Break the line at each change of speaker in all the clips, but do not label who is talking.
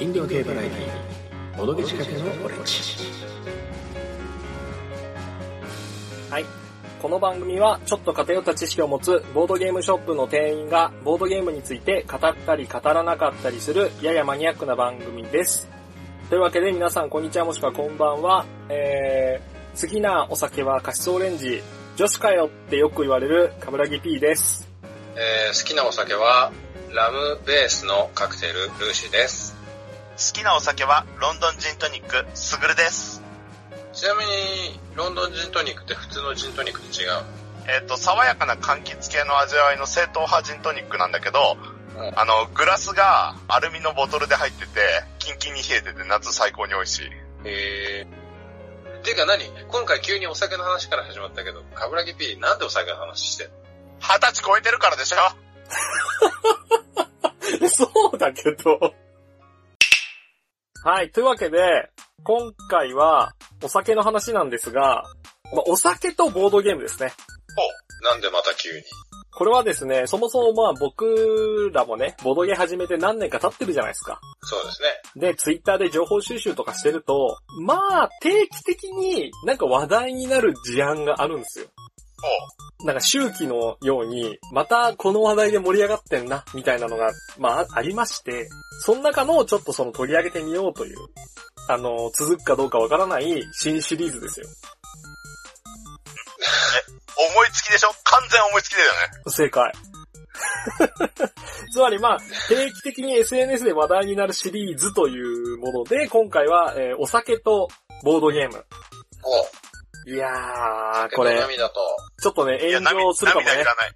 飲料競馬第2窓口掛けのオレンジ
はい。この番組は、ちょっと偏った知識を持つ、ボードゲームショップの店員が、ボードゲームについて語ったり語らなかったりする、ややマニアックな番組です。というわけで、皆さん、こんにちは、もしくはこんばんは。えー、次なお酒は、カシスオレンジ。女子かよってよく言われる、カブラギ P です。
えー好きなお酒はラムベースのカクテルルーシーです
好きなお酒はロンドンジントニックスグルです。
ちなみにロンドンジントニックって普通のジントニックと違う
えっ、と、爽やかな柑橘系の味わいの正統派ジントニックなんだけど、
うん
あの、グラスがアルミのボトルで入ってて、キンキンに冷えてて夏最高に美味しい。
へえていうか何今回急にお酒の話から始まったけどカブラギ P なんでお酒の話してんの
二十歳超えてるからでしょ
そうだけど。はい。というわけで、今回は、お酒の話なんですが、まあお酒とボードゲームですね。
なんでまた急に
これはですね、そもそもまあ僕らもね、ボドゲ始めて何年か経ってるじゃないですか。
そうですね
で、ツイッターで情報収集とかしてると、まあ定期的になんか話題になる事案があるんですよ。
お
なんか周期のように、またこの話題で盛り上がってんな、みたいなのが、まあありまして、その中のをちょっとその取り上げてみようという、あの、続くかどうかわからない新シリーズですよ。
思いつきでしょ完全思いつきだよね。
正解。 つまりまあ、定期的に SNS で話題になるシリーズというもので、今回は、えーお酒とボードゲーム。
お
いやー、
う
これ、
涙と
ちょっとね、
いや、
炎上するかもね
涙。いらない。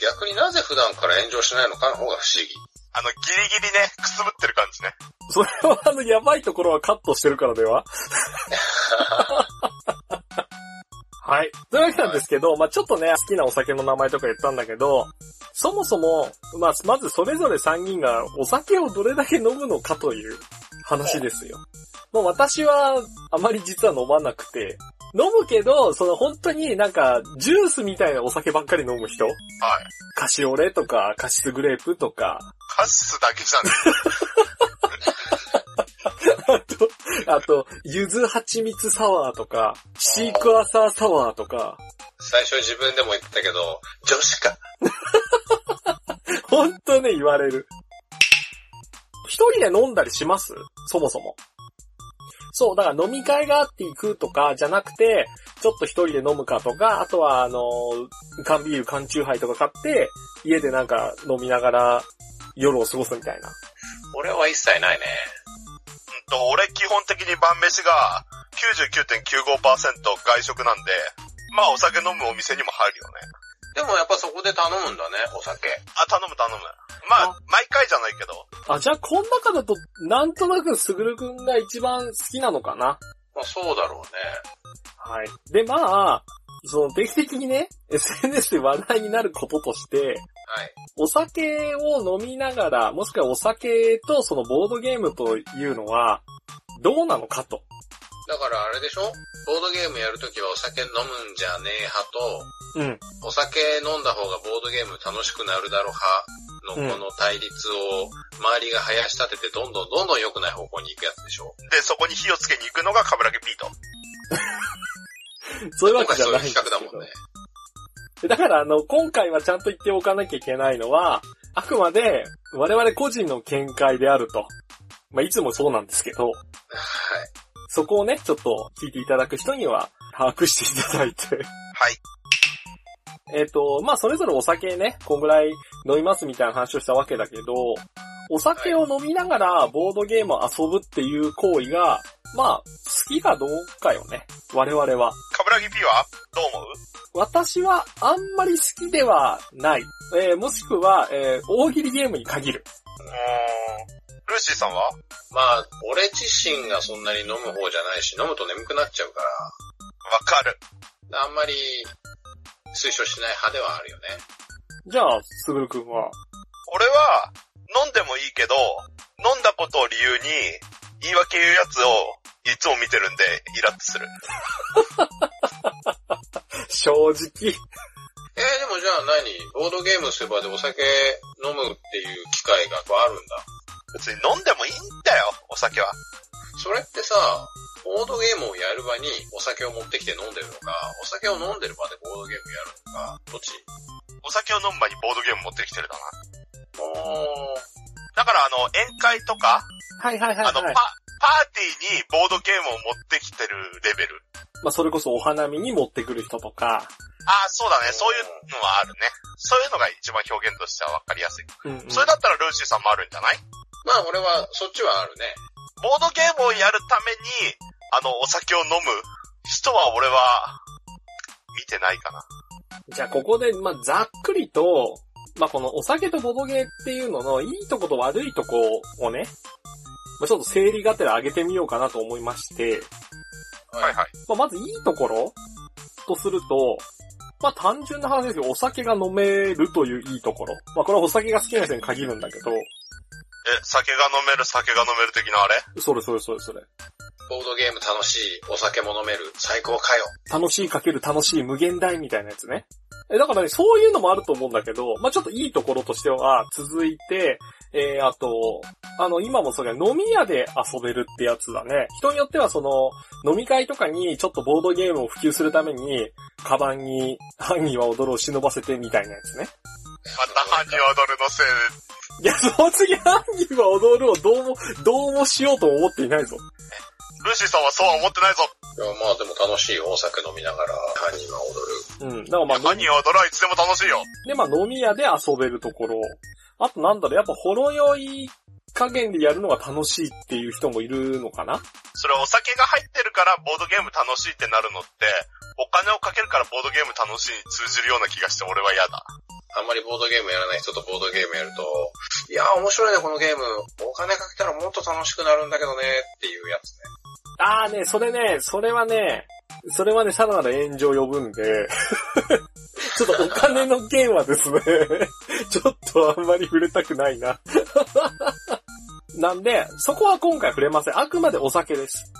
逆になぜ普段から炎上しないのかの方が不思議
あの、ギリギリね、くすぶってる感じね。
それはあの、やばいところはカットしてるからでははい。というわけなんですけど、まあちょっとね、好きなお酒の名前とか言ったんだけど、そもそも、まあまずそれぞれ3人がお酒をどれだけ飲むのかという話ですよ。もう私はあまり実は飲まなくて、飲むけど、その本当になんか、ジュースみたいなお酒ばっかり飲む人
はい。
カシオレとか、カシスグレープとか、
カシスだけじゃね。
あと、あと、ゆず蜂蜜サワーとか、シークワーサーサワーとか、
最初自分でも言ったけど女子か
ほんとね、言われる。一人で飲んだりしますそもそも。そう、だから飲み会があって行くとかじゃなくて、ちょっと一人で飲むかとか、あとはあのー缶ビール、缶チューハイとか買って、家でなんか飲みながら夜を過ごすみたいな。
俺は一切ないね
うんと、俺基本的に晩飯が99.95%外食なんで、まあお酒飲むお店にも入るよね。
でもやっぱそこで頼むんだねお酒
あ、頼む頼む。まあ、毎回じゃないけど、
あ、じゃあこの中だと、なんとなくすぐるくんが一番好きなのかな
まあそうだろうね
はい。で、まあ、その定期的にね、SNS で話題になることとして、
はい
お酒を飲みながら、もしくはお酒とそのボードゲームというのは、どうなのかと。
だからあれでしょボードゲームやるときはお酒飲むんじゃねえ派
うん。
と、お酒飲んだ方がボードゲーム楽しくなるだろう派のこの対立を周りが生やし立ててどんどんどんどん良くない方向に行くやつでしょ
で、そこに火をつけに行くのがカブラギピート。
そういうわ
今
け
回
じゃ
そうい
な
う
いんです
企
け
画
ど
だもんね。
だから、あの、今回はちゃんと言っておかなきゃいけないのは、あくまで我々個人の見解であると。まあ、いつもそうなんですけど、
はい。
そこをね、ちょっと聞いていただく人には、把握していただいて。
はい。
えっ、と、まあ、それぞれお酒ね、こんぐらい飲みますみたいな話をしたわけだけど、お酒を飲みながらボードゲームを遊ぶっていう行為が、まあ、好きかどうかよね。我々は。
カブラギピーはどう思う
私はあんまり好きではない。えーもしくは、えー大喜利ゲームに限る。
うーん。ルーシーさんは
まあ、俺自身がそんなに飲む方じゃないし、飲むと眠くなっちゃうか
わかる。
ら、あんまり推奨しない派ではあるよね。
じゃあ、すぐるくんは。
俺は、飲んでもいいけど、飲んだことを理由に、言い訳言うやつを、いつも見てるんで、イラッとする。
正直。
えー、でもじゃあ何ボードゲームすればでお酒飲むっていう機会があるんだ。
別に飲んでもいいんだよ、お酒は。
それってさ、ボードゲームをやる場にお酒を持ってきて飲んでるのか、お酒を飲んでる場でボードゲームやるのか、どっち
お酒を飲む前にボードゲーム持ってきてるだな。
おー、
だからあの、宴会とか、
はいはいはい、
あの、
は
パ
い。、
パーティーにボードゲームを持ってきてるレベル。
まあ、それこそお花見に持ってくる人とか。
ああ、そうだね。そういうのはあるね。そういうのが一番表現としてはわかりやすい。
うん、うん。
それだったらルーシーさんもあるんじゃない
まあ俺はそっちはあるね。
ボードゲームをやるために、あの、お酒を飲む人は俺は、見てないかな。
じゃあここで、まあ、ざっくりと、まあ、このお酒とボドゲっていうののいいとこと悪いとこをね、まあ、ちょっと整理がてら上げてみようかなと思いまして、
はい
はい。
まあ、まずいいところとすると、まあ、単純な話ですけど、お酒が飲めるといういいところ。まあ、これはお酒が好きな人に限るんだけど、
え、酒が飲める、酒が飲める的なあれ
それそれそれそれ。
ボードゲーム楽しい、お酒も飲める、最高かよ。
楽しいかける楽しい無限大みたいなやつね。え、だからね、そういうのもあると思うんだけど、まあちょっといいところとしては、続いて、えー、あと、あの、今もそれ飲み屋で遊べるってやつだね。人によってはその、飲み会とかにちょっとボードゲームを普及するために、カバンに犯人は踊るを忍ばせてみたいなやつね。
また犯人は誰のせいで。
いや、 その次犯人は踊るをどうも、どうもしようとも思っていないぞ。
ルーシーさんはそうは思ってないぞ。
いやまあでも楽しいお酒飲みながら、犯人は踊る。
うん。だからまあ、
犯人は誰はいつでも楽しいよ。
で、まあ飲み屋で遊べるところ。あとなんだろう、やっぱほろ酔い加減でやるのが楽しいっていう人もいるのかな
それお酒が入ってるからボードゲーム楽しいってなるのって、お金をかけるからボードゲーム楽しいに通じるような気がして俺は嫌だ。
あんまりボードゲームやらない人とボードゲームやると、いやー面白いねこのゲーム。お金かけたらもっと楽しくなるんだけどね、っていうやつね。
あーね、それね、それはね、それはね、さらなる炎上を呼ぶんで、 ちょっとお金の件はですね、 ちょっとあんまり触れたくないな。 なんで、そこは今回触れません。あくまでお酒です。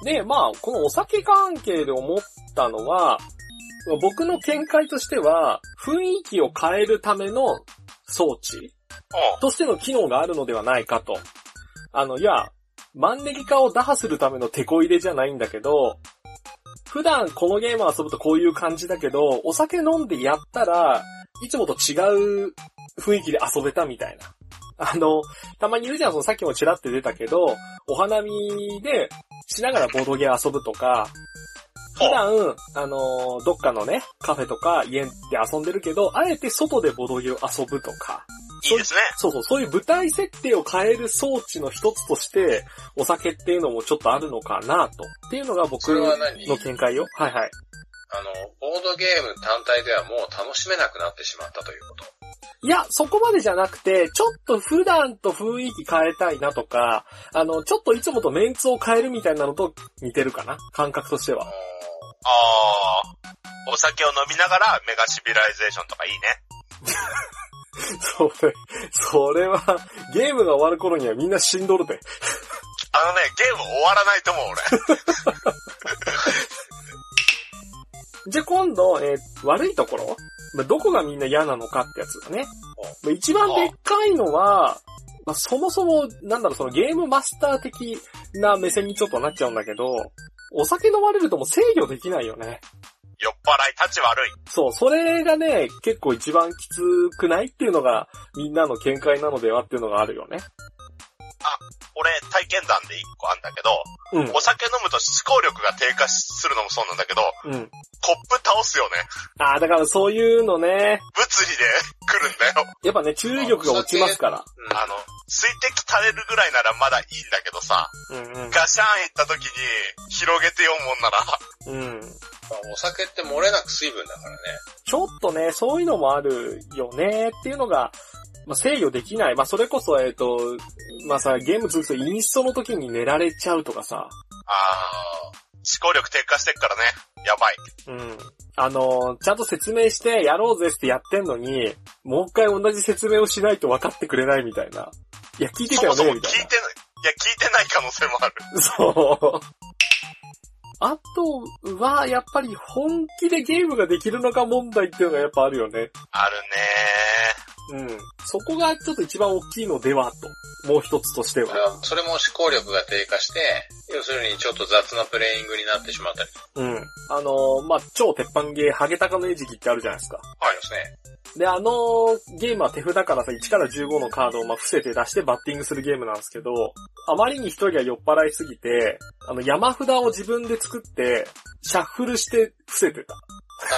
はい。
で、まあ、このお酒関係で思ったのは、僕の見解としては、雰囲気を変えるための装置
うん。
としての機能があるのではないかと。あの、いや、マンネリ化を打破するためのテこ入れじゃないんだけど、普段このゲームを遊ぶとこういう感じだけど、お酒飲んでやったら、いつもと違う雰囲気で遊べたみたいな。あの、たまにいるじゃん、そのさっきもちらって出たけど、お花見でしながらボードゲーム遊ぶとか、普段、あのどっかのね、カフェとか家で遊んでるけど、あえて外でボードゲーム遊ぶとか、
いいですね。
そうそう、そういう舞台設定を変える装置の一つとして、お酒っていうのもちょっとあるのかなと。っていうのが僕
それ
の
は何
見解よ。はいはい。
あの、ボードゲーム単体ではもう楽しめなくなってしまったということ。
いや、そこまでじゃなくて、ちょっと普段と雰囲気変えたいなとか、あの、ちょっといつもとメンツを変えるみたいなのと似てるかな。感覚として
あ
は。
の
あー。お酒を飲みながらメガシビライゼーションとかいいね。
それ、それは、ゲームが終わる頃にはみんな死んどるで。
あのね、ゲーム終わらないと思う俺。
じゃあ今度、えー悪いところまあどこがみんな嫌なのかってやつだね。まあ一番でっかいのは、まあ、そもそも、なんだろう、そのゲームマスター的な目線にちょっとなっちゃうんだけど、お酒飲まれるともう制御できないよね。
酔っ払い、立ち悪い。
そう、それがね、結構一番きつくないっていうのが、みんなの見解なのではっていうのがあるよね。
俺、体験談で一個あんだけど、
うん、
お酒飲むと思考力が低下するのもそうなんだけど、
うん。
コップ倒すよね。
ああ、だからそういうのね、
物理で 来るんだよ。
やっぱね、注意力が落ちますから。
うん
あの、水滴垂れるぐらいならまだいいんだけどさ、
うん
ガシャン行った時に広げて読むもんな
う
ら、
ん。うん。
まあお酒って漏れなく水分だからね。
ちょっとね、そういうのもあるよねっていうのが、まあ、制御できない。まあ、それこそ、えっ、と、まあさ、ゲーム続くとインストの時に寝られちゃうとかさ、
あー、思考力低下してっからね。やばい。
うん。あのー、ちゃんと説明してやろうぜってやってんのに、もう一回同じ説明をしないと分かってくれないみたいな。いや、聞いて
そ
たよ
もそも
ね、
聞い
み
て
た
ないい、い
な。
や、聞いてない可能性もある。
そう。あとは、やっぱり本気でゲームができるのか問題っていうのがやっぱあるよね。
あるねー。
うん。そこがちょっと一番大きいのでは、と。もう一つとしては。
あそれも思考力が低下して、要するにちょっと雑なプレイングになってしまったりとか
うん。あのーまあ、超鉄板ゲー、ハゲタカの餌食ってあるじゃないですか。
ありますね。
で、あのーゲームは手札からさ、1から15のカードをまあ伏せて出してバッティングするゲームなんですけど、あまりに一人が酔っ払いすぎて、あの、山札を自分で作って、シャッフルして伏せてた。
あ、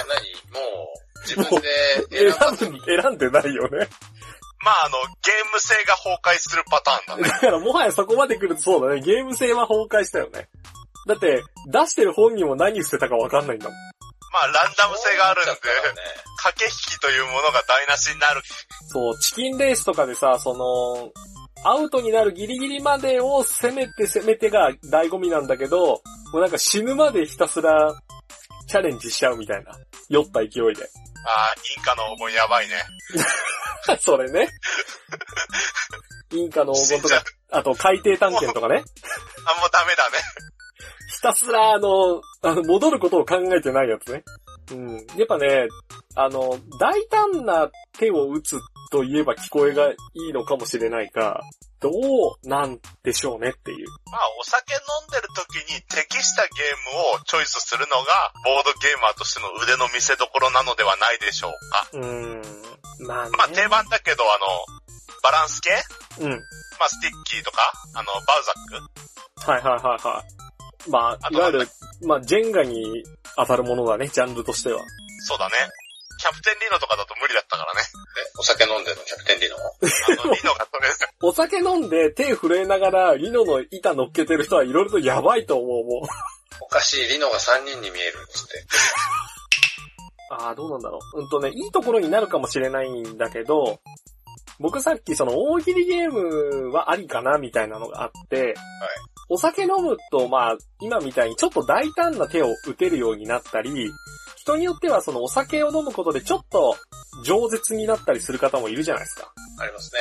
なにもう、自分で選ばず
選
に
ん。選んでないよね。
まああの、ゲーム性が崩壊するパターンだね。
だからもはやそこまで来るとそうだね、ゲーム性は崩壊したよね。だって、出してる本人も何伏せたかわかんないんだもん。
まあランダム性があるんで
そうなっ、ちゃったらね
駆け引きというものが台無しになる。
そう、チキンレースとかでさ、その、アウトになるギリギリまでを攻めて攻めてが醍醐味なんだけど、もうなんか死ぬまでひたすらチャレンジしちゃうみたいな。酔った勢いで。
ああ、インカの黄金やばいね。
それね。インカの黄金と
死んじゃう
か、あと海底探検とかね。
あ、もうダメだね。
ひたすらあの、あの、戻ることを考えてないやつね。うん。やっぱね、あの、大胆な手を打つと言えば聞こえがいいのかもしれないか、どうなんでしょうねっていう。
まあ、お酒飲んでる時に適したゲームをチョイスするのが、ボードゲーマーとしての腕の見せ所なのではないでしょうか。
うーん。まあね。
まあ、定番だけど、あの、バランス系
うん。はい
まあ、スティッキーとか、あの、バウザック
はいはいはい。まあ、
あ
い
と
わゆ
な
る、まあ、ジェンガに当たるものだね、ジャンルとしては。
そうだね。キャプテンリノとかだと無理だったからね。
えお酒飲んでるの、キャプテンリノ。
あの、リノが取れ る。
お酒飲んで手震えながら、リノの板乗っけてる人はいろいろとやばいと思う、もう。
おかしい、リノが3人に見えるっつって。
ああ、どうなんだろう。うんとね、いいところになるかもしれないんだけど、僕さっきその大喜利ゲームはありかなみたいなのがあって、お酒飲むとまあ、今みたいにちょっと大胆な手を打てるようになったり、人によってはそのお酒を飲むことでちょっと饒舌になったりする方もいるじゃないですか。
ありますね。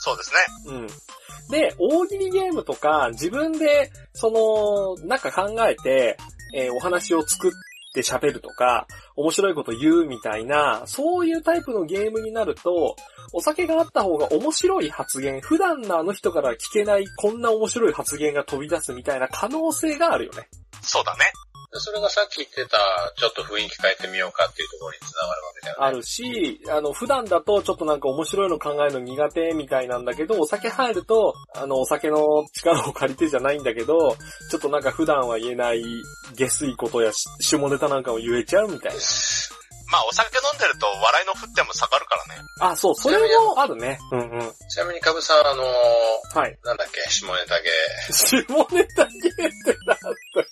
そうですね。
うん。で、大喜利ゲームとか、自分で、その、なんか考えて、えーお話を作って喋るとか、面白いこと言うみたいな、そういうタイプのゲームになると、お酒があった方が面白い発言、普段のあの人から聞けないこんな面白い発言が飛び出すみたいな可能性があるよね。
そうだね。
でそれがさっき言ってた、ちょっと雰囲気変えてみようかっていうところに繋がるわけだよね。
あるし、あの、普段だとちょっとなんか面白いの考えるの苦手みたいなんだけど、お酒入ると、あの、お酒の力を借りてじゃないんだけど、ちょっとなんか普段は言えない下水ことやし下ネタなんかも言えちゃうみたい
まあ、お酒飲んでると笑いの沸点も下がるからね。
な。あ、そう、それもあるね。うんうん。
ちなみにカブさん、あのー
はい。
なんだっけ、下ネタゲ
下ネタ系ってな。
ー。あのー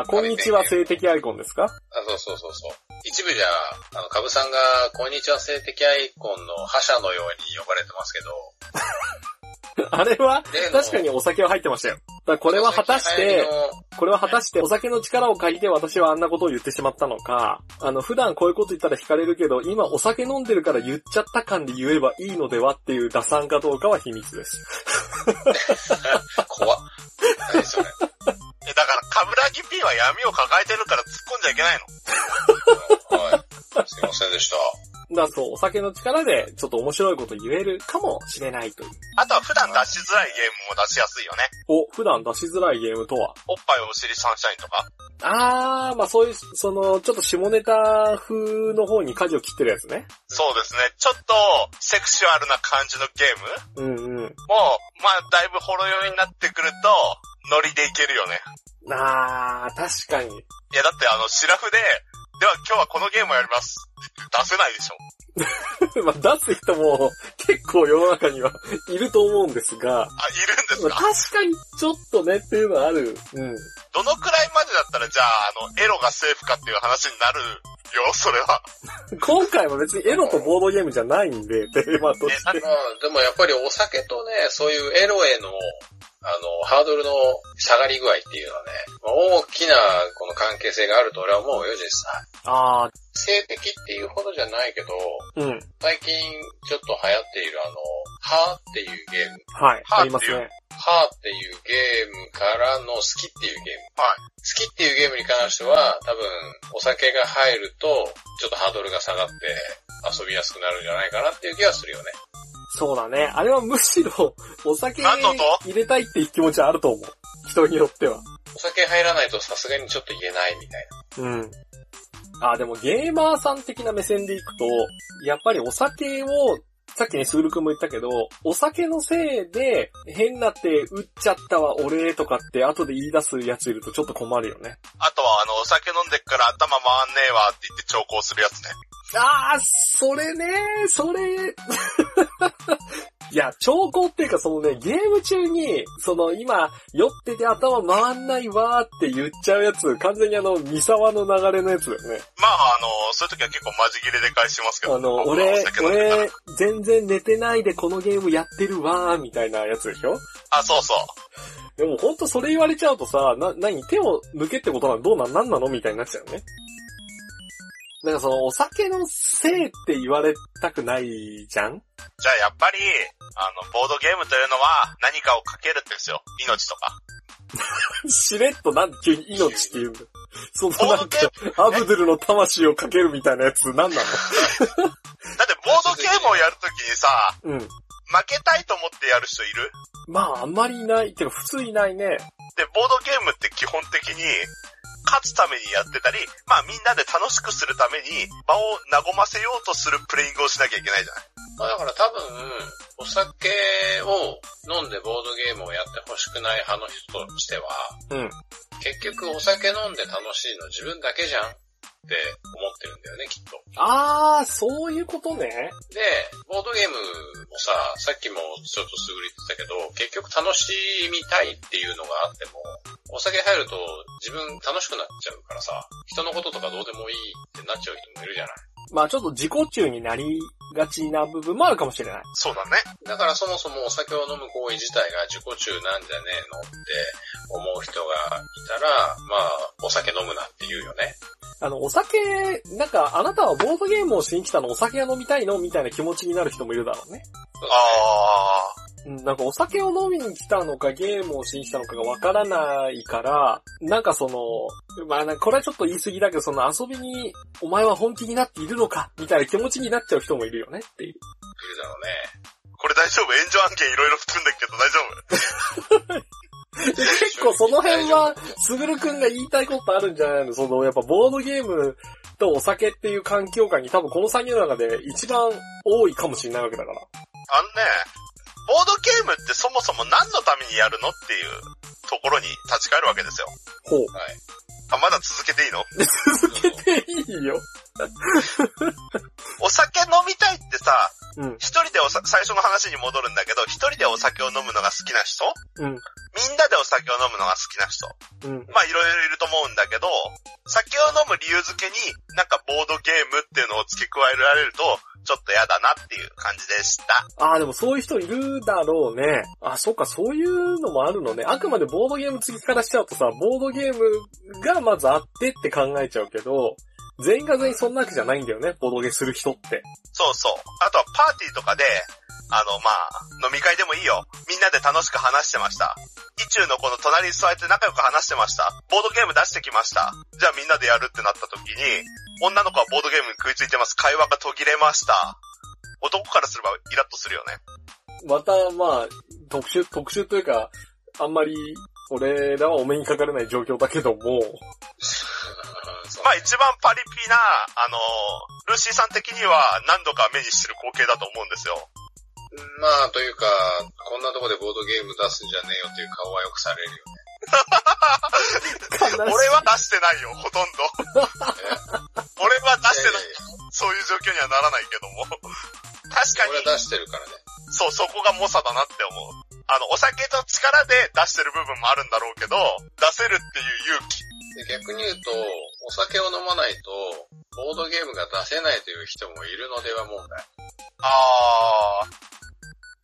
あ、こんにちは性的アイコンですか
あ、そうそうそうそう。一部じゃ、あの、カブさんが、こんにちは性的アイコンの覇者のように呼ばれてますけど、
あれは、
例の
確かにお酒は入ってましたよ。だからこれは果たし
最近流
て
行、りの
これは果たしてお酒の力を借りて私はあんなことを言ってしまったのか、あの、普段こういうこと言ったら惹かれるけど、今お酒飲んでるから言っちゃった感で言えばいいのではっていう打算かどうかは秘密です。
怖っ。何それ。
え、だから、カブラギ P は闇を抱えてるから突っ込んじゃいけないの。
はい。すいませんでした。
だからそう、お酒の力でちょっと面白いこと言えるかもしれないという。
あとは普段出しづらいゲームも出しやすいよね。
お、普段出しづらいゲームとは
おっぱいお尻サンシャインとか。
あー、まあそういう、その、ちょっと下ネタ風の方に舵を切ってるやつね。
そうですね。ちょっと、セクシュアルな感じのゲーム
うんうん。
も、まあ、だいぶほろ酔いになってくると、ノリでいけるよね。
あー、確かに。
いや、だってあの、シラフで、では今日はこのゲームをやります。出せないでしょ。
まあ出す人も結構世の中にはいると思うんですが、
あ、いるんです
まあ
か
確かにちょっとねっていうのはある。うん。
どのくらいまでだったら、じゃあ、あの、エロがセーフかっていう話になるよ、それは。
今回は別にエロとボードゲームじゃないんで、テーマとして。
まあ、でもやっぱりお酒とね、そういうエロへの、あの、ハードルの下がり具合っていうのはね、まあ大きなこの関係性があると俺は思うよ、実際。
ああ、
性的っていうほどじゃないけど、
うん。
最近ちょっと流行っているあの、はーっていうゲーム。
はい。
は
ありますね。
は
ハーっていうゲームからの好きっていうゲーム。
はい。
好きっていうゲームに関しては、多分、お酒が入ると、ちょっとハードルが下がって、遊びやすくなるんじゃないかなっていう気がするよね。
そうだね。あれはむしろ、お酒
何の音
入れたいっていう気持ちはあると思う。人によっては。
お酒入らないとさすがにちょっと言えないみたいな。
うん。あ、でもゲーマーさん的な目線でいくと、やっぱりお酒を、さっきね、スグル君も言ったけど、お酒のせいで、変なって打っちゃったわ、俺とかって後で言い出すやついるとちょっと困るよね。
あとは、あの、お酒飲んでっから頭回んねえわって言って調校するやつね。
あー、それねそれ。 いや、兆候っていうかそのね、ゲーム中に、その今、酔ってて頭回んないわーって言っちゃうやつ、完全にあの、三沢の流れのやつだよね。
まあ、あの、そういう時は結構マジ切れで返しますけど。
あの、
僕はお
俺
酒、飲んでたら
俺、全然寝てないでこのゲームやってるわー、みたいなやつでしょ
あ、そうそう。
でもほんとそれ言われちゃうとさ、な、なに、手を抜けってことはどうなん、なんなのみたいになっちゃうね。なんかその、お酒のせいって言われたくないじゃん
じゃあやっぱり、あの、ボードゲームというのは何かをかけるんですよ。命とか。
しれっとなんで急に命って言 うんだよ。そのなんか
ボー、
アブドゥルの魂をかけるみたいなやつ何な
だってボードゲームをやるときにさ、
のうん。
負けたいと思ってやる人いる
まああんまりいない、っていうか普通いないね。
で、ボードゲームって基本的に、勝つためにやってたり、まあみんなで楽しくするために、場を和ませようとするプレイングをしなきゃいけないじゃない。
まあだから多分、お酒を飲んでボードゲームをやってほしくない派の人としては、
うん。
結局お酒飲んで楽しいの自分だけじゃんって思ってるんだよね、きっと。
あー、そういうことね。
で、ボードゲームもさ、さっきもちょっとすぐり言ってたけど、結局楽しみたいっていうのがあっても、お酒入ると自分楽しくなっちゃうからさ、人のこととかどうでもいいってなっちゃう人もいるじゃない。
まあちょっと自己中になりがちな部分もあるかもしれない。
そうだね。
だからそもそもお酒を飲む行為自体が自己中なんじゃねえのって思う人がいたら、まあ、お酒飲むなって言うよね。
あの、お酒、なんか、あなたはボードゲームをしに来たのお酒が飲みたいのみたいな気持ちになる人もいるだろうね。
あ
うん、なんかお酒を飲みに来たのかゲームをしに来たのかがわからないから、なんかその、まあなんかこれはちょっと言い過ぎだけど、その遊びに、お前は本気になっているのかみたいな気持ちになっちゃう人もいるよねっていう。
いるだろうね。
ー、これ大丈夫炎上案件いろいろ含んでるけど大丈夫
結構その辺は、すぐるくんが言いたいことあるんじゃないのその、やっぱボードゲームとお酒っていう環境下に多分この作業の中で一番多いかもしれないわけだから。
あのね、ボードゲームってそもそも何のためにやるのっていうところに立ち返るわけですよ。
ほう。
はい。
あ、まだ続けていいの
続けていいよ。
お酒飲みたいってさ、
うん。
一人でおさ、最初の話に戻るんだけど、一人でお酒を飲むのが好きな人
うん。
みんなでお酒を飲むのが好きな人。
うん。
まあいろいろいると思うんだけど、酒を飲む理由付けになんかボードゲームっていうのを付け加えられると、ちょっと嫌だなっていう感じでした。
ああ、でもそういう人いるだろうね。あ、そっか、そういうのもあるのね。あくまでボードゲーム次からしちゃうとさ、ボードゲームがまずあってって考えちゃうけど、全員が全員そんなわけじゃないんだよね、ボードゲーする人って。
そうそう。あとはパーティーとかで、あの、まあ、飲み会でもいいよ。みんなで楽しく話してました。意中の子の隣に座って仲良く話してました。ボードゲーム出してきました。じゃあみんなでやるってなった時に、女の子はボードゲームに食いついてます。会話が途切れました。男からすればイラッとするよね。
また、まあ、特殊、特殊というか、あんまり、俺らはお目にかかれない状況だけども、
そう
まあ一番パリピな、あの、ルーシーさん的には何度か目にしてる光景だと思うんですよ。
まあ、というか、こんなとこでボードゲーム出すんじゃねえよっていう顔はよくされるよね。
俺は出してないよ、ほとんど。俺は出してない。そういう状況にはならないけ ども。確か
俺
に、
は出してるからね。
そう、そこが猛者だなって思う。あの、お酒と力で出してる部分もあるんだろうけど、出せるっていう勇気。
で逆に言うと、お酒を飲まないと、ボードゲームが出せないという人もいるのでは問題。
あー。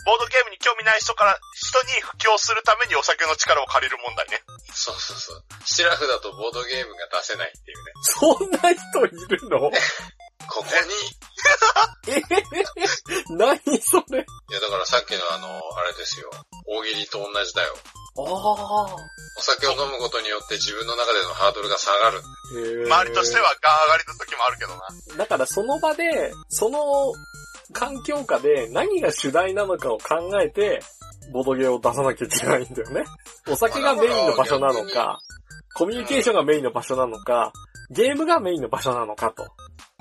ボードゲームに興味ない人から、人に布教するためにお酒の力を借りる問題ね。
そうそうそう。シラフだとボードゲームが出せないっていうね。
そんな人いるの
ここに、
え 何それ
いや、だからさっきのあの、あれですよ。大喜利と同じだよ。
ああ。
お酒を飲むことによって自分の中でのハードルが下がる。
周りとしてはガー上がりの時もあるけどな。
だからその場で、その環境下で何が主題なのかを考えて、ボドゲを出さなきゃいけないんだよね。お酒がメインの場所なのか、コミュニケーションがメインの場所なのか、ゲームがメインの場所なのかと。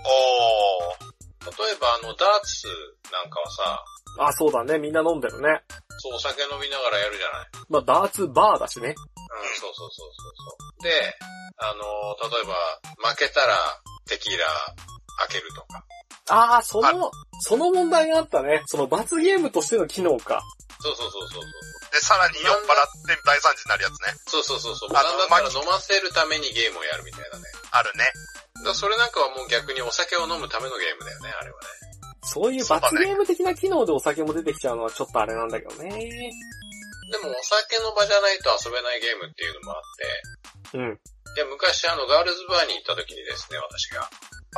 おー。
例えばあの、ダーツなんかはさ、
あ、そうだね。みんな飲んでるね。
そうお酒飲みながらやるじゃない。
まあ、ダーツバーだしね。
うん、そうそうそうそうそう。で、あの、例えば、負けたらテキーラ開けるとか。
ああ、その、その問題があったね。その罰ゲームとしての機能か。
そうそうそうそうそう。
で、さらに酔っ払って大惨事になるやつね。
そうそうそうそう。
あ
学ん
の
だから飲ませるためにゲームをやるみたいなね。
あるね。
だからそれなんかはもう逆にお酒を飲むためのゲームだよね、あれはね。
そういう
そうだ
罰
ね
ゲーム的な機能でお酒も出てきちゃうのはちょっとあれなんだけどね。
でもお酒の場じゃないと遊べないゲームっていうのもあって、
うん。
で、昔あの、ガールズバーに行った時にですね、私が、
は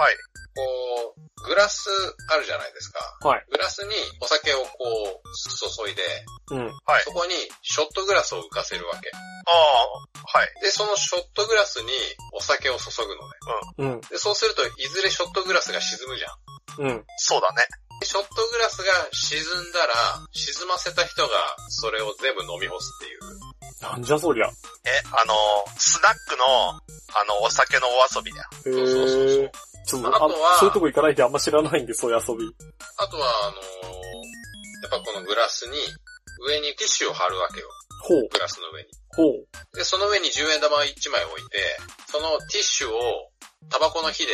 い。
こう、グラスあるじゃないですか。
はい。
グラスにお酒をこう、注いで、
うん。
はい
そ。こにショットグラスを浮かせるわけ。
ああ、はい。
で、そのショットグラスにお酒を注ぐのね。
うん。
で、そうすると、いずれショットグラスが沈むじゃん。
うん。
そうだね。
でショットグラスが沈んだら、沈ませた人がそれを全部飲み干すっていう。
なんじゃそりゃ。
え、あのー、スナックの、あの、お酒のお遊びだよ。
へ
そうそうそうそう
ー。ちょっと、
あ
あ
とは
そういうとこ行かないであんま知らないんで、そういう遊び。
あとは、あのーやっぱこのグラスに、上にティッシュを貼るわけよ。
ほう、
グラスの上に。
ほう。
で、その上に10円玉1枚置いて、そのティッシュをタバコの火で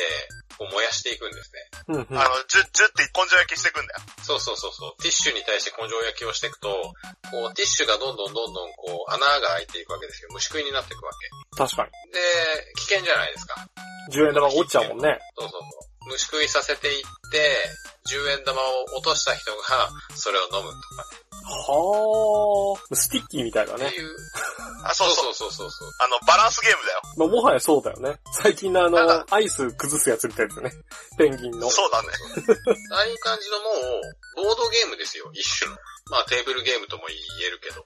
こう燃やしていくんです
う
ね。
んうん。
あの、ジュッジュッって根性焼きしていくんだよ。
そうそうそうそう。ティッシュに対して根性焼きをしていくと、こうティッシュがどんどんどんどんこう穴が開いていくわけですよ。虫食いになっていくわ
確かに。
け。で、危険じゃないですか。
10円玉落ちちゃうもんね。
そうそうそう。虫食いさせていって、10円玉を落とした人がそれを飲むとか
はー。スティッキーみたいだ
ね。っ
ね
て。いう。
あ、そう
そう
そう。
そうそうそうそう。
あの、バランスゲームだよ。
まあ、もはやそうだよね。最近のあ
ただ
の、アイス崩すやつみたいですね。ペンギンの。
そ うだね。
ああいう感じのもう、ボードゲームですよ、一種の。まあテーブルゲームとも言えるけど。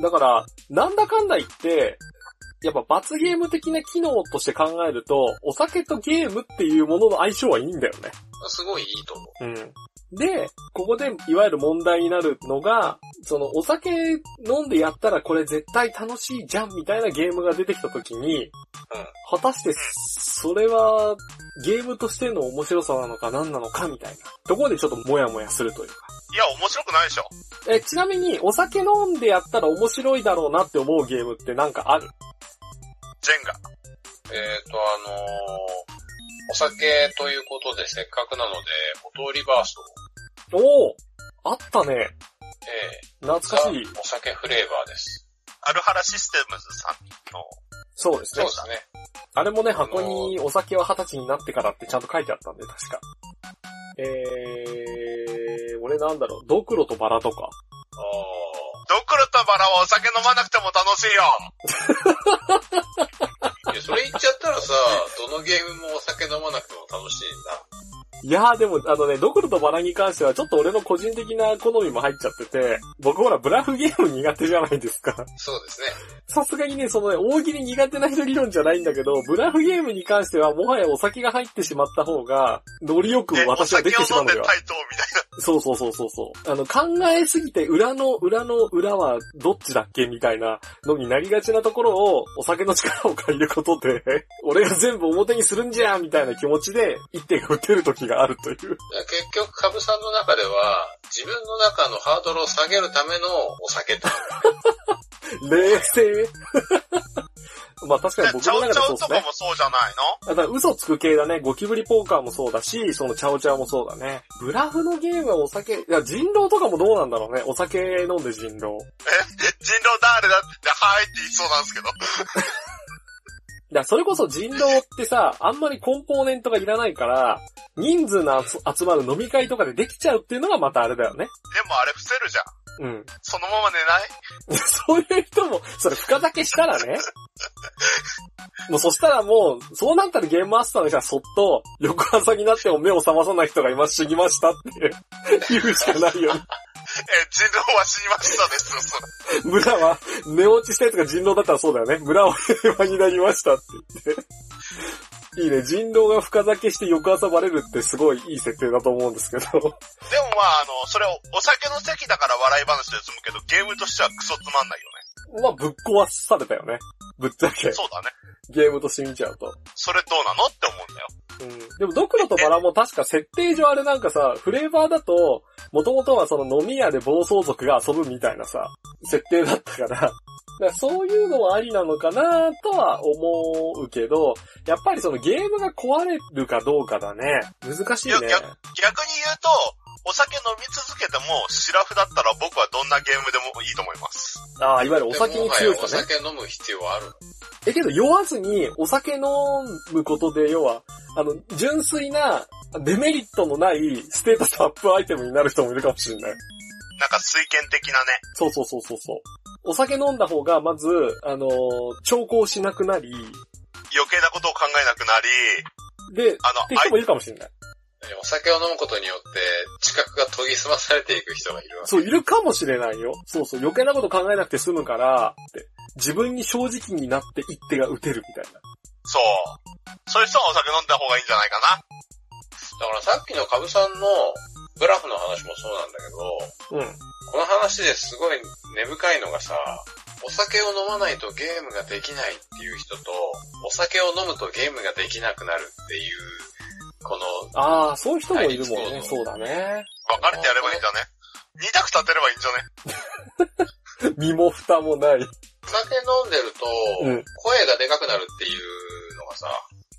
だから、なんだかんだ言って、やっぱ罰ゲーム的な機能として考えると、お酒とゲームっていうものの相性はいいんだよね。
すごいいいと思う。
うん。で、ここでいわゆる問題になるのが、そのお酒飲んでやったらこれ絶対楽しいじゃんみたいなゲームが出てきた時に、果たしてそれはゲームとしての面白さなのか何なのかみたいなところでちょっとモヤモヤするというか。
いや、面白くないでしょ。
え、ちなみにお酒飲んでやったら面白いだろうなって思うゲームってなんかある
ジェンガ。
えっ、と、あのーお酒ということでせっかくなので、ボトリバーストを、
おおあったね。
え
懐
ー、
かしい。
ザお酒フレーバーです。
アルハラシステムズさんの、
そうです
そう
ね
で。すね。
あれもね、箱にお酒は二十歳になってからってちゃんと書いてあったんで、確か。えー、俺なんだろう、ドクロとバラとか。
ああ
ドクロとバラはお酒飲まなくても楽しいよ。
ー。いや、それ言っちゃったらさ、どのゲームもお酒飲まなくても楽しいんだ。
いやーでも、あのね、ドクロとバラに関してはちょっと俺の個人的な好みも入っちゃってて、僕ほらブラフゲーム苦手じゃないですか。
そうですね。
さすがにね、そのね、大喜利苦手な人理論じゃないんだけど、ブラフゲームに関してはもはやお酒が入ってしまった方が、ノリよく
で、お
私は
酒
できてしま
を
うん
飲
の
で
よ。
対等みたいな。
そうそうそうそうそう。あの、考えすぎて裏の裏の裏はどっちだっけみたいなのになりがちなところをお酒の力を借りることで、 俺が全部表にするんじゃみたいな気持ちで一手が打てる時があるという。
だから結局、カブさんの中では、自分の中のハードルを下げるためのお酒と。
冷静 まあ確かに僕
チャ
の
オ
中
チ
で
ャ
そう
オ
で
と
す
か
ね。
もそうじゃないの
だから嘘つく系だね。ゴキブリポーカーもそうだし、そのチャオチャオもそうだね。ブラフのゲームはお酒、いや人狼とかもどうなんだろうね。お酒飲んで人狼。
人狼誰だって、はいって言いそうなんですけど。
だからそれこそ人狼ってさ、あんまりコンポーネントがいらないから、人数の集集まる飲み会とかでできちゃうっていうのがまたあれだよね。
でもあれ伏せるじゃん。
うん。
そのまま寝ない
そういう人も、それ深酒したらね、もうそしたらもう、そうなったらゲームマスターの人はそっと、横朝になっても目を覚まさない人が今死にましたって言うし かないよね。
え、人狼は死にましたですよ、それ。
村は、寝落ちしたやつが人狼だったらそうだよね。村は平和になりましたって言って。いいね、人狼が深酒して翌朝バレるってすごいいい設定だと思うんですけど。
でもまあ、あの、それをお酒の席だから笑い話で済むけど、ゲームとしてはクソつまんないよ
まあ、ぶっ壊されたよね。ぶっちゃけ
ね。。そうだね。
ゲームとして見ちゃうと。
それどうなのって思うんだよ。
うん。でも、ドクロとバラも確か設定上あれなんかさ、フレーバーだと、もともとはその飲み屋で暴走族が遊ぶみたいなさ、設定だったから、だからそういうのはありなのかなとは思うけど、やっぱりそのゲームが壊れるかどうかだね。難しいね。
いや逆に言うと、お酒飲み続けても、シラフだったら僕はどんなゲームでもいいと思います。
ああ、いわゆるお
でも
酒に強い
もはやお
人ね。
酒飲む必要はあるの
え、けど酔わずにお酒飲むことで、要は、あの、純粋な、デメリットのないステータスアップアイテムになる人もいるかもしれない。
なんか水剣的なね。
そうそうそうそうそう。お酒飲んだ方が、まず、あのー調校しなくなり、
余計なことを考えなくなり、
で、っ
あの、
て人
相
もいるかもしれない。
えお酒を飲むことによって、知覚が研ぎ澄まされていく人がいるわけ。
そう、いるかもしれないよ。そうそう、余計なこと考えなくて済むから、って。自分に正直になって一手が打てるみたいな。
そう。そういう人はお酒飲んだ方がいいんじゃないかな。
だからさっきのカブさんのブラフの話もそうなんだけ
う
ど、
ん。
この話ですごい根深いのがさ、お酒を飲まないとゲームができないっていう人と、お酒を飲むとゲームができなくなるっていう、この、
ああ、そういう人もいるもん
は
ね。
い
そうだね。
分かれてやればいいんじゃね。二択立てればいいんじゃね。
身も蓋もない。
お酒飲んでると
うん、
声がでかくなるっていうのがさ、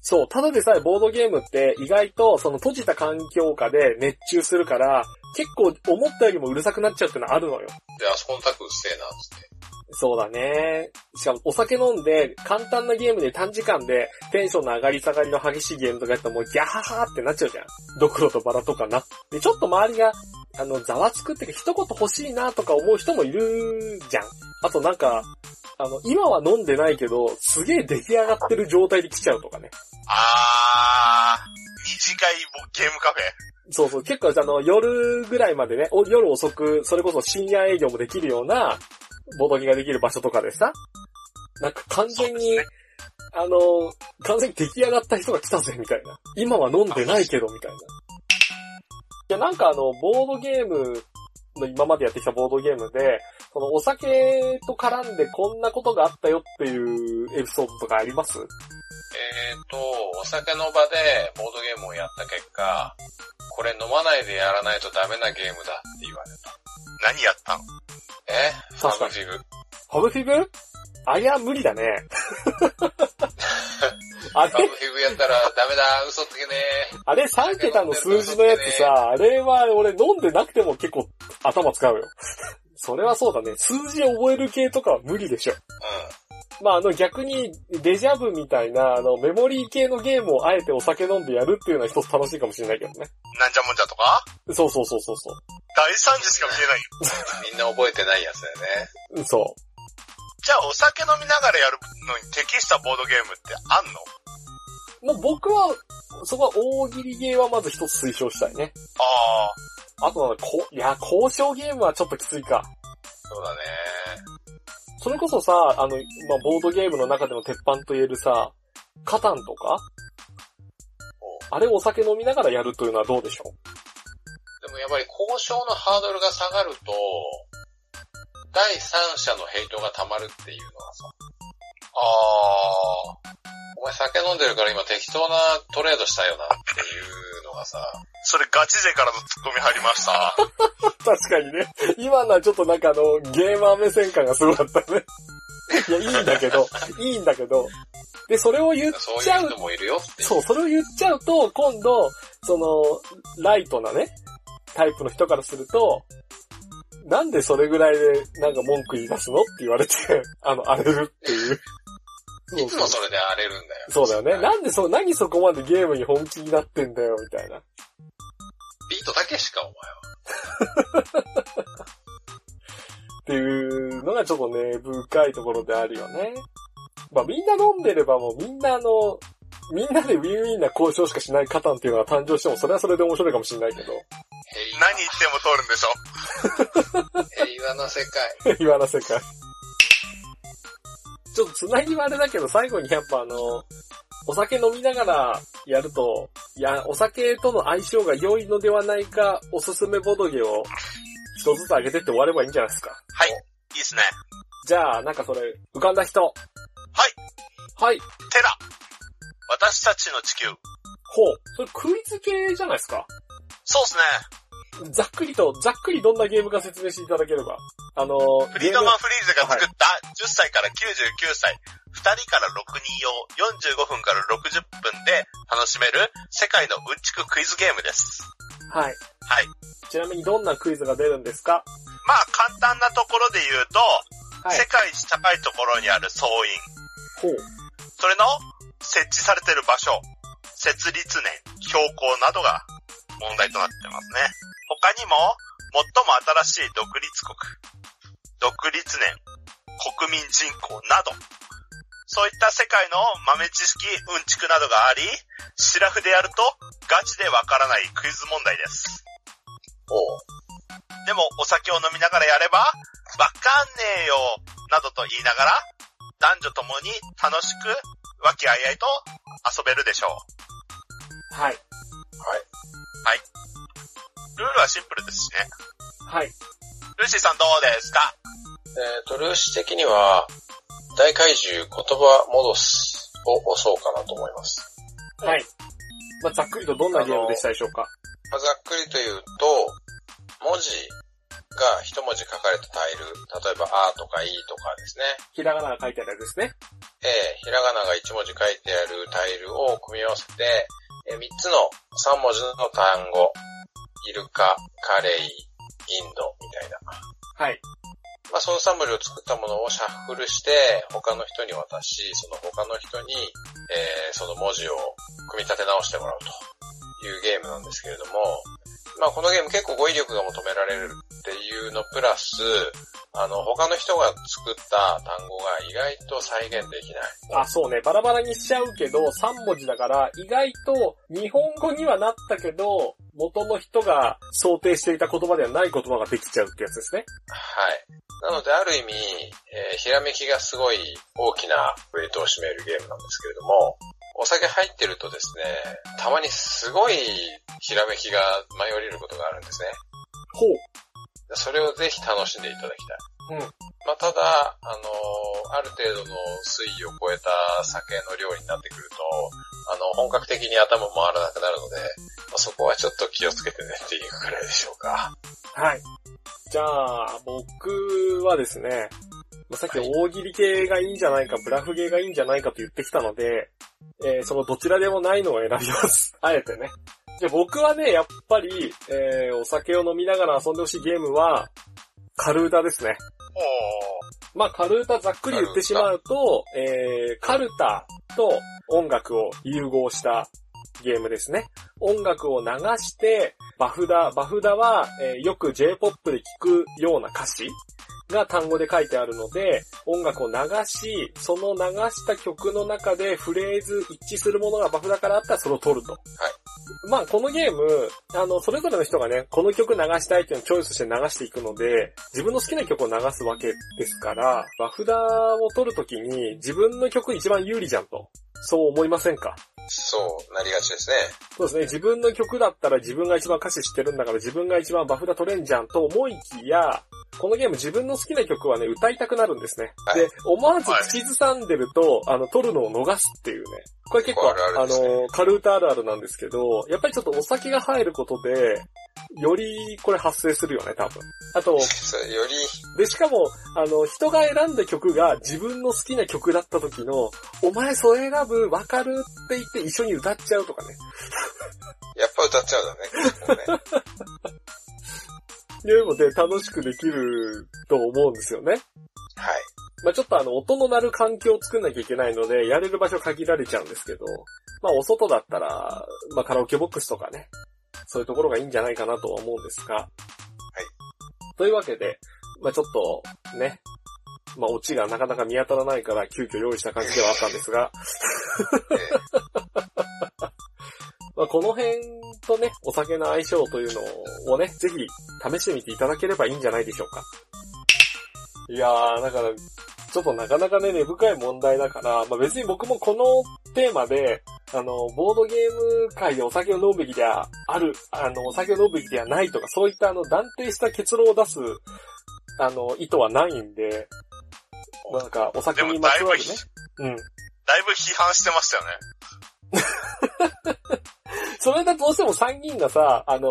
そう、ただでさえボードゲームって意外とその閉じた環境下で熱中するから、結構思ったよりもうるさくなっちゃうってのはあるのよ。
で、あそこのタクうっせえな、つって。
そうだね。しかもお酒飲んで、簡単なゲームで短時間でテンションの上がり下がりの激しいゲームとかやったらもうギャハハってなっちゃうじゃん。ドクロとバラとかな。で、ちょっと周りが、あの、ざわつくっていうか一言欲しいなとか思う人もいるじゃん。あとなんか、あの、今は飲んでないけど、すげえ出来上がってる状態で来ちゃうとかね。
あー、二次会ゲームカフェ。
そうそう、結構あの、夜ぐらいまでね、お夜遅く、それこそ深夜営業もできるような、ボドゲができる場所とかでさ、なんか完全に、あの、完全に出来上がった人が来たぜ、みたいな。今は飲んでないけど、みたいな。いや、なんかあの、ボードゲームの今までやってきたボードゲームで、そのお酒と絡んでこんなことがあったよっていうエピソードとかあります
えーと、お酒の場でボードゲームをやった結果、これ飲まないでやらないとダメなゲームだって言われた。
何やったの
えフ
確か
ァ
に
ムフィグ。
ハブフィブあいや、無理だ ね。あれ
ファムフィグやったらダメだ、嘘つけねえ。
あれ3桁の数字のやつさ、あれは俺飲んでなくても結構頭使うよ。 それはそうだね。数字覚える系とかは無理でしょ。
う
まあ、あの逆にデジャブみたいな、あのメモリー系のゲームをあえてお酒飲んでやるっていうのは一つ楽しいかもしれないけどね。
なんじゃもんじゃとか
そうそうそうそうそ
大惨事しか見えないよ。
ん。みんな覚えてないやつだよね。
う。そ
じゃあお酒飲みながらやるのに適したボードゲームってあん
う。も
の
う僕は、そこは大喜利ゲーはまず一つ推奨したいね。
あー、
あとなんだ、こ、いや、交渉ゲームはちょっときついか。
そうだね。
それこそさ、あの、まあ、ボードゲームの中でも鉄板と言えるさ、カタンとか
お
あれをお酒飲みながらやるというのはどうでしょ
でもやっぱり交渉のハードルが下がると、第三者のヘイトが溜まるっていうのはさ、
あー、
お前酒飲んでるから今適当なトレードしたよなっていうのがさ、
それガチ勢からのツッコミ入りました。
う確かにね。今のはちょっとなんかあの、ゲーマー目線感がすごかったね。いや、いいんだけど、いいんだけど。で、それを言っ
そう
ちゃ
いう
う
人もいるよっていう。
そう、それを言っちゃうと、今度、その、ライトなね、タイプの人からすると、なんでそれぐらいで、なんか文句言い出すのって言われて、 あの、荒れるっていう。
いつもそれで荒れるんだよ。
そうだよね。なんでそ、何そこまでゲームに本気になってんだよ、みたいな。
ビートだけしかお前は。
っていうのがちょっとね、深いところであるよね。まあみんな飲んでればもうみんなあの、みんなでウィンウィンな交渉しかしないカタンっていうのが誕生してもそれはそれで面白いかもしれないけど、
ヘリ
何言っても通るんでしょ
平和な世界。
言わな世界。ちょっとつなぎはあれだけど最後にやっぱあの、お酒飲みながらやると、いや、お酒との相性が良いのではないか、おすすめボドゲを一つずつ上げてって終わればいいんじゃないですか。
はい。いいですね。
じゃあ、なんかそれ、浮かんだ人。はい。はい。
テラ。私たちの地球。
ほう。それクイズ系じゃないですか。
そうですね。
ざっくりと、ざっくりどんなゲームか説明していただければ。あのー、
フリードマン・フリーゼが作った10歳から99歳、2人から6人用、45分から60分で楽しめる世界のうんちくクイズゲームです。
ゲームはい。
はい。
ちなみにどんなクイズが出るんですか
まあ簡単なところで言うと、
はい
世。界一高いところにある総員、
ほう。
それの設置されてる場所、設立年、標高などが問題となってますね。他にも、最も新しい独立国、独立年、国民人口など、そういった世界の豆知識、うんちくなどがあり、シラフでやるとガチでわからないクイズ問題です。
おう
でもお酒を飲みながらやれば、わかんねえよ、などと言いながら、男女ともに楽しく、和気あいあいと遊べるでしょう。
はい。
ルールはシンプルですしね。
はい。
ルーシーさんどうですか
えっ、と、ルーシ的には、大怪獣言葉戻すを押そうかなと思います。
はい。まあ、ざっくりとどんなゲームでしたでしょうか
まあざっくりと言うと、文字が一文字書かれたタイル、例えばあとかいとかですね。
ひらがなが書いてあるやつですね。
えー、ひらがなが一文字書いてあるタイルを組み合わせて、えー、3つの3文字の単語、イルカ、カレイ、インドみたいな。
はい。
まあ、その3文字を作ったものをシャッフルして、他の人に渡し、その他の人に、えー、その文字を組み立て直してもらうというゲームなんですけれども、まあ、このゲーム結構語彙力が求められるっていうのプラス、あの、他の人が作った単語が意外と再現できない。
あ、そうね。バラバラにしちゃうけど、3文字だから、意外と日本語にはなったけど、元の人が想定していた言葉ではない言葉ができちゃうってやつですね。
はい。なので、ある意味、えーひらめきがすごい大きなウェイトを占めるゲームなんですけれども、お酒入ってるとですね、たまにすごいひらめきが舞い降りることがあるんですね。
ほう。
それをぜひ楽しんでいただきた
うん
い。まあ、ただ、あのーある程度の水位を超えた酒の量になってくると、あの、本格的に頭回らなくなるので、まあ、そこはちょっと気をつけてねっていうくらいでしょうか。
はい。じゃあ、僕はですね、まあさっき大喜利系がいいんじゃないか、ブラフ系がいいんじゃないかと言ってきたので、えーそのどちらでもないのを選びます。 あえてね。じゃあ僕はね、やっぱり、えーお酒を飲みながら遊んでほしいゲームは、カルーダですね。
おー。
まあ、カルータざっくり言ってしまうと、えー、カルタと音楽を融合したゲームですね。音楽を流して、バフダ、バフダは、えーよく J-POP で聞くような歌詞が単語で書いてあるので、音楽を流し、その流した曲の中でフレーズ一致するものがバフダからあったらそれを取ると。まあこのゲーム、あの、それぞれの人がね、この曲流したいっていうのをチョイスして流していくので、自分の好きな曲を流すわけですから、バフダを取るときに自分の曲一番有利じゃんと。そう思いませんか
そうなりがちですね。
そうですね、自分の曲だったら自分が一番歌詞知ってるんだから自分が一番バフダ取れんじゃんと思いきや、このゲーム自分の好きな曲はね、歌いたくなるんですね。
はい
で、思わず口ずさんでると、あの、取るのを逃すっていうね。これ結構、
ある
あ
あるですね
の、カルータあるあるなんですけど、やっぱりちょっとお酒が入ることで、よりこれ発生するよね、多分。あと、
それより、
で、しかも、あの、人が選んだ曲が自分の好きな曲だった時の、お前それ選ぶ、わかるって言って一緒に歌っちゃうとかね。
やっぱ歌っちゃうんだ ね。ね
ゲームで楽しくできると思うんですよね。
はい。
まあちょっとあの、音の鳴る環境を作んなきゃいけないので、やれる場所限られちゃうんですけど、まあお外だったら、まあカラオケボックスとかね、そういうところがいいんじゃないかなとは思うんですが。はい。というわけで、まあちょっと、ね、まあ、オチがなかなか見当たらないから、急遽用意した感じではあったんですが、
え
まあ、この辺とね、お酒の相性というのをね、ぜひ試してみていただければいいんじゃないでしょうか。いやー、だから、ちょっとなかなかね、根深い問題だから、まあ、別に僕もこのテーマで、あの、ボードゲーム界でお酒を飲むべきではある、あの、お酒を飲むべきではないとか、そういったあの、断定した結論を出す、あの、意図はないんで、なんか、お
で
酒
も
にま
だい
つわ
ぶ
る
ひ、
ね。うん。
だいぶ批判してましたよね。
それだとどうしても参議院がさ、あのー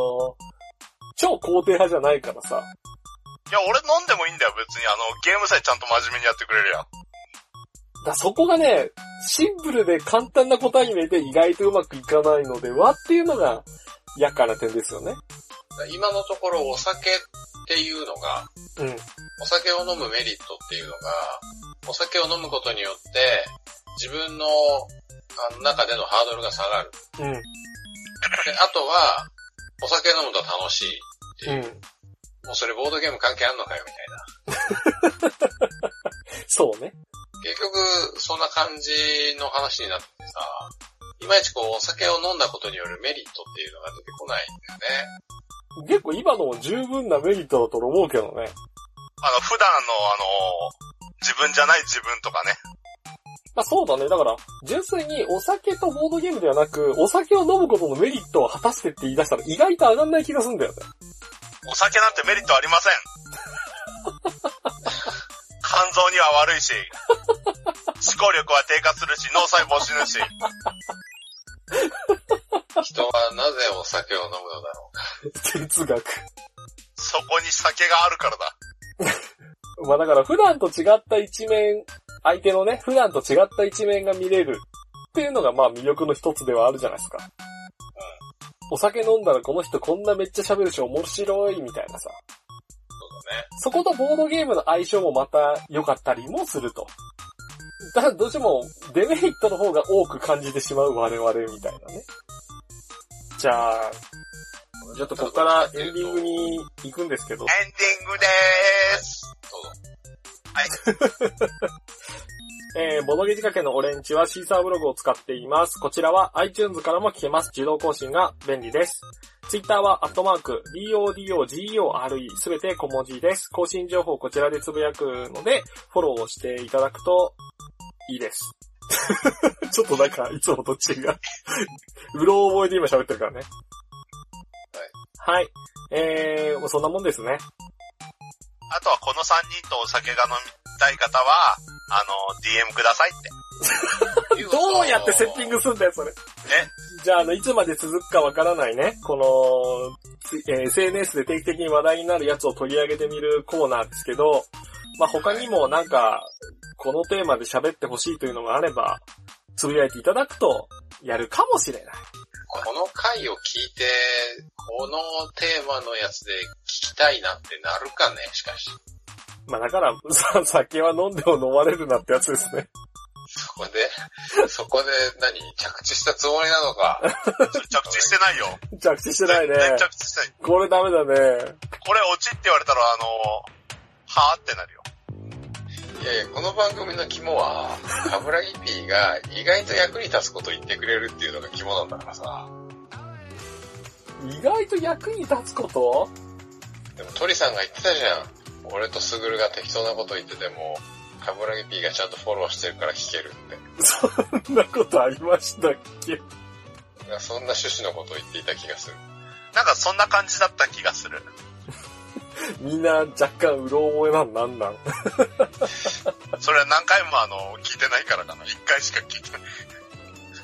超肯定派じゃないからさ。
いや、俺飲んでもいいんだよ、別に。あの、ゲームさえちゃんと真面目にやってくれるやん。
だそこがね、シンプルで簡単な答えに見えて意外とうまくいかないのではっていうのが嫌かな点ですよね。
え今のところお酒っていうのが、
うん。
お酒を飲むメリットっていうのが、お酒を飲むことによって、自分のあの中でのハードルが下がる。
うん。
であとは、お酒飲むと楽しい。
うん。
もうそれボードゲーム関係あんのかよ、みたいな。
そうね。
結局、そんな感じの話になっててさ、いまいちこう、お酒を飲んだことによるメリットっていうのが出てこないんだよね。
結構今のも十分なメリットだと思うけどね。
あの、普段の、あの、自分じゃない自分とかね。
まあそうだね。だから、純粋にお酒とボードゲームではなく、お酒を飲むことのメリットを果たしてって言い出したら意外と上がんない気がするんだよね。
お酒なんてメリットありま せん。肝臓には悪いし、思考力は低下するし、脳細胞死ぬし、
人はなぜお酒を飲むのだろうか。
哲学。
そこに酒があるからだ。
まあだから普段と違った一面、相手のね、普段と違った一面が見れるっていうのがまあ魅力の一つではあるじゃないですか。お酒飲んだらこの人こんなめっちゃ喋るし面白いみたいなさ。
そうだね。
そことボードゲームの相性もまた良かったりもすると。だからどうしてもデメリットの方が多く感じてしまう我々みたいなね。じゃあ、ちょっとここからエンディングに行くんですけど。
エンディングでーす。
どうぞ。
えー、ボドゲ仕掛けのオレンジはシーサーブログを使っています。こちらは iTunes からも聞けます。自動更新が便利です。Twitter はアットマーク、BODOGEORE すべて小文字です。更新情報こちらでつぶやくので、フォローをしていただくといいです。 ちょっとなんか、いつもと違う。 うろ覚えで今喋ってるからね。はい。えー、もうそんなもんですね。
あとはこの3人とお酒が飲みたい方は、あの、DM くださいっ て。
ど
どうやってセッティングすんだよ、それ。
え
じゃあ、あの、いつまで続くかわからないね。この、つえー SNS で定期的に話題になるやつを取り上げてみるコーナーですけど、まあ、他にもなんか、このテーマで喋ってほしいというのがあれば、つぶやいていただくと、やるかもしれない。
この回を聞いて、このテーマのやつで聞きたいなってなるかね、しかし。
まあ、だから、 さ酒は飲んでも飲まれるなってやつですね。
そこ で、そこで何着地したつもりなのか。
それ着地してないよ。
着地してないね。
全然着地してない。
これダメだね。
これ落ちって言われたら、あの、はぁってなるよ。
いやいや、この番組の肝は、カブラギピーが意外と役に立つことを言ってくれるっていうのが肝なんだからさ。
意外と役に立つこと
でも鳥さんが言ってたじゃん。俺とスグルが適当なこと言ってても、カブラギピーがちゃんとフォローしてるから聞けるって。
そんなことありましたっけ
なんかそんな趣旨のことを言っていた気がする。
なんかそんな感じだった気がする。
みんな若干うろ覚えなんなんなん
それは何回もあの、聞いてないからかな。一回しか聞いてない。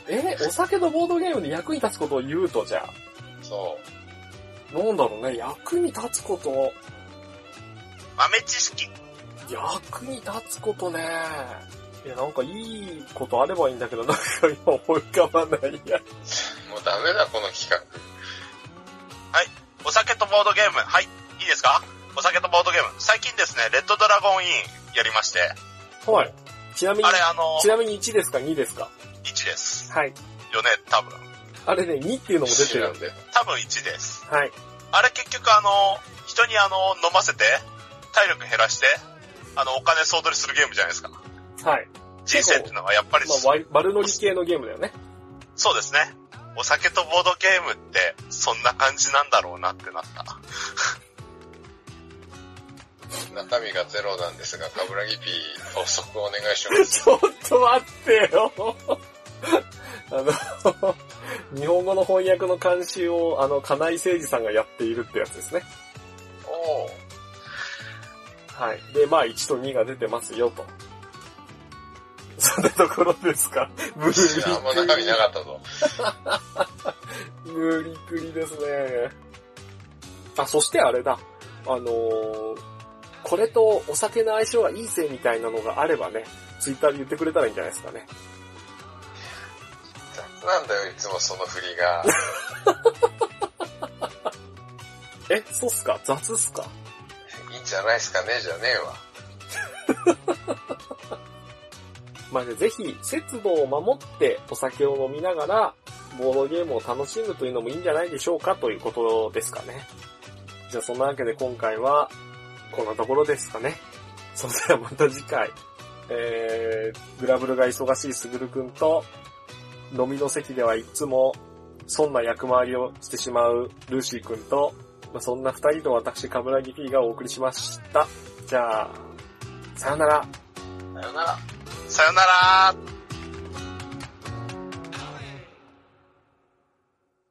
え、お酒のボードゲームで役に立つことを言うとじゃあ、
そう。
なんだろうね、役に立つこと、
豆知識。
役に立つことね。いや、なんかいいことあればいいんだけど、なんか今思い浮かばないや。
もうダメだ、この企画。
お酒とボードゲーム。はい。いいですかお酒とボードゲーム。最近ですね、レッドドラゴンインやりまして。
はい。ちなみに
あ、れあの
ち、なみに1ですか2ですか
1です。
はい。
よね、多分。
あれね、2っていうのも出てる
ん。で。
多分1です。
はい。
あれ結局あの、人にあの、飲ませて、体力減らして、あの、お金総取りするゲームじゃないですか。
はい。
人生っていうのはやっぱり、
まあ、悪悪乗り系のゲームだよね。
そうですね。お酒とボードゲームって、そんな感じなんだろうなってなった。
中身がゼロなんですが、カブラギピー、補足お願いします。
ちょっと待ってよ。 あの、 日本語の翻訳の監修を、あの、金井誠二さんがやっているってやつですね。
おー
はい。で、まあ、1と2が出てますよ、と。 そんなところですか。無理
いやあんま中身なかったぞ。
無理くりですね。あ、そしてあれだ。あのーこれとお酒の相性がいいぜみたいなのがあればね、ツイッターで言ってくれたらいいんじゃないですかね。
雑なんだよ、いつもその振りが。
え、そうっすか雑っすか
いいんじゃないですかね、じゃねえわ。
まあね、ぜひ、節度を守ってお酒を飲みながら、ボードゲームを楽しむというのもいいんじゃないでしょうかということですかね。じゃあそんなわけで今回は、こんなところですかね。それではまた次回、えー、グラブルが忙しいすぐるくんと、飲みの席ではいつも、そんな役回りをしてしまうルーシーくんと、まあ、そんな二人と私、カブラギ P がお送りしました。じゃあ、さよなら。
さよなら。
さよならー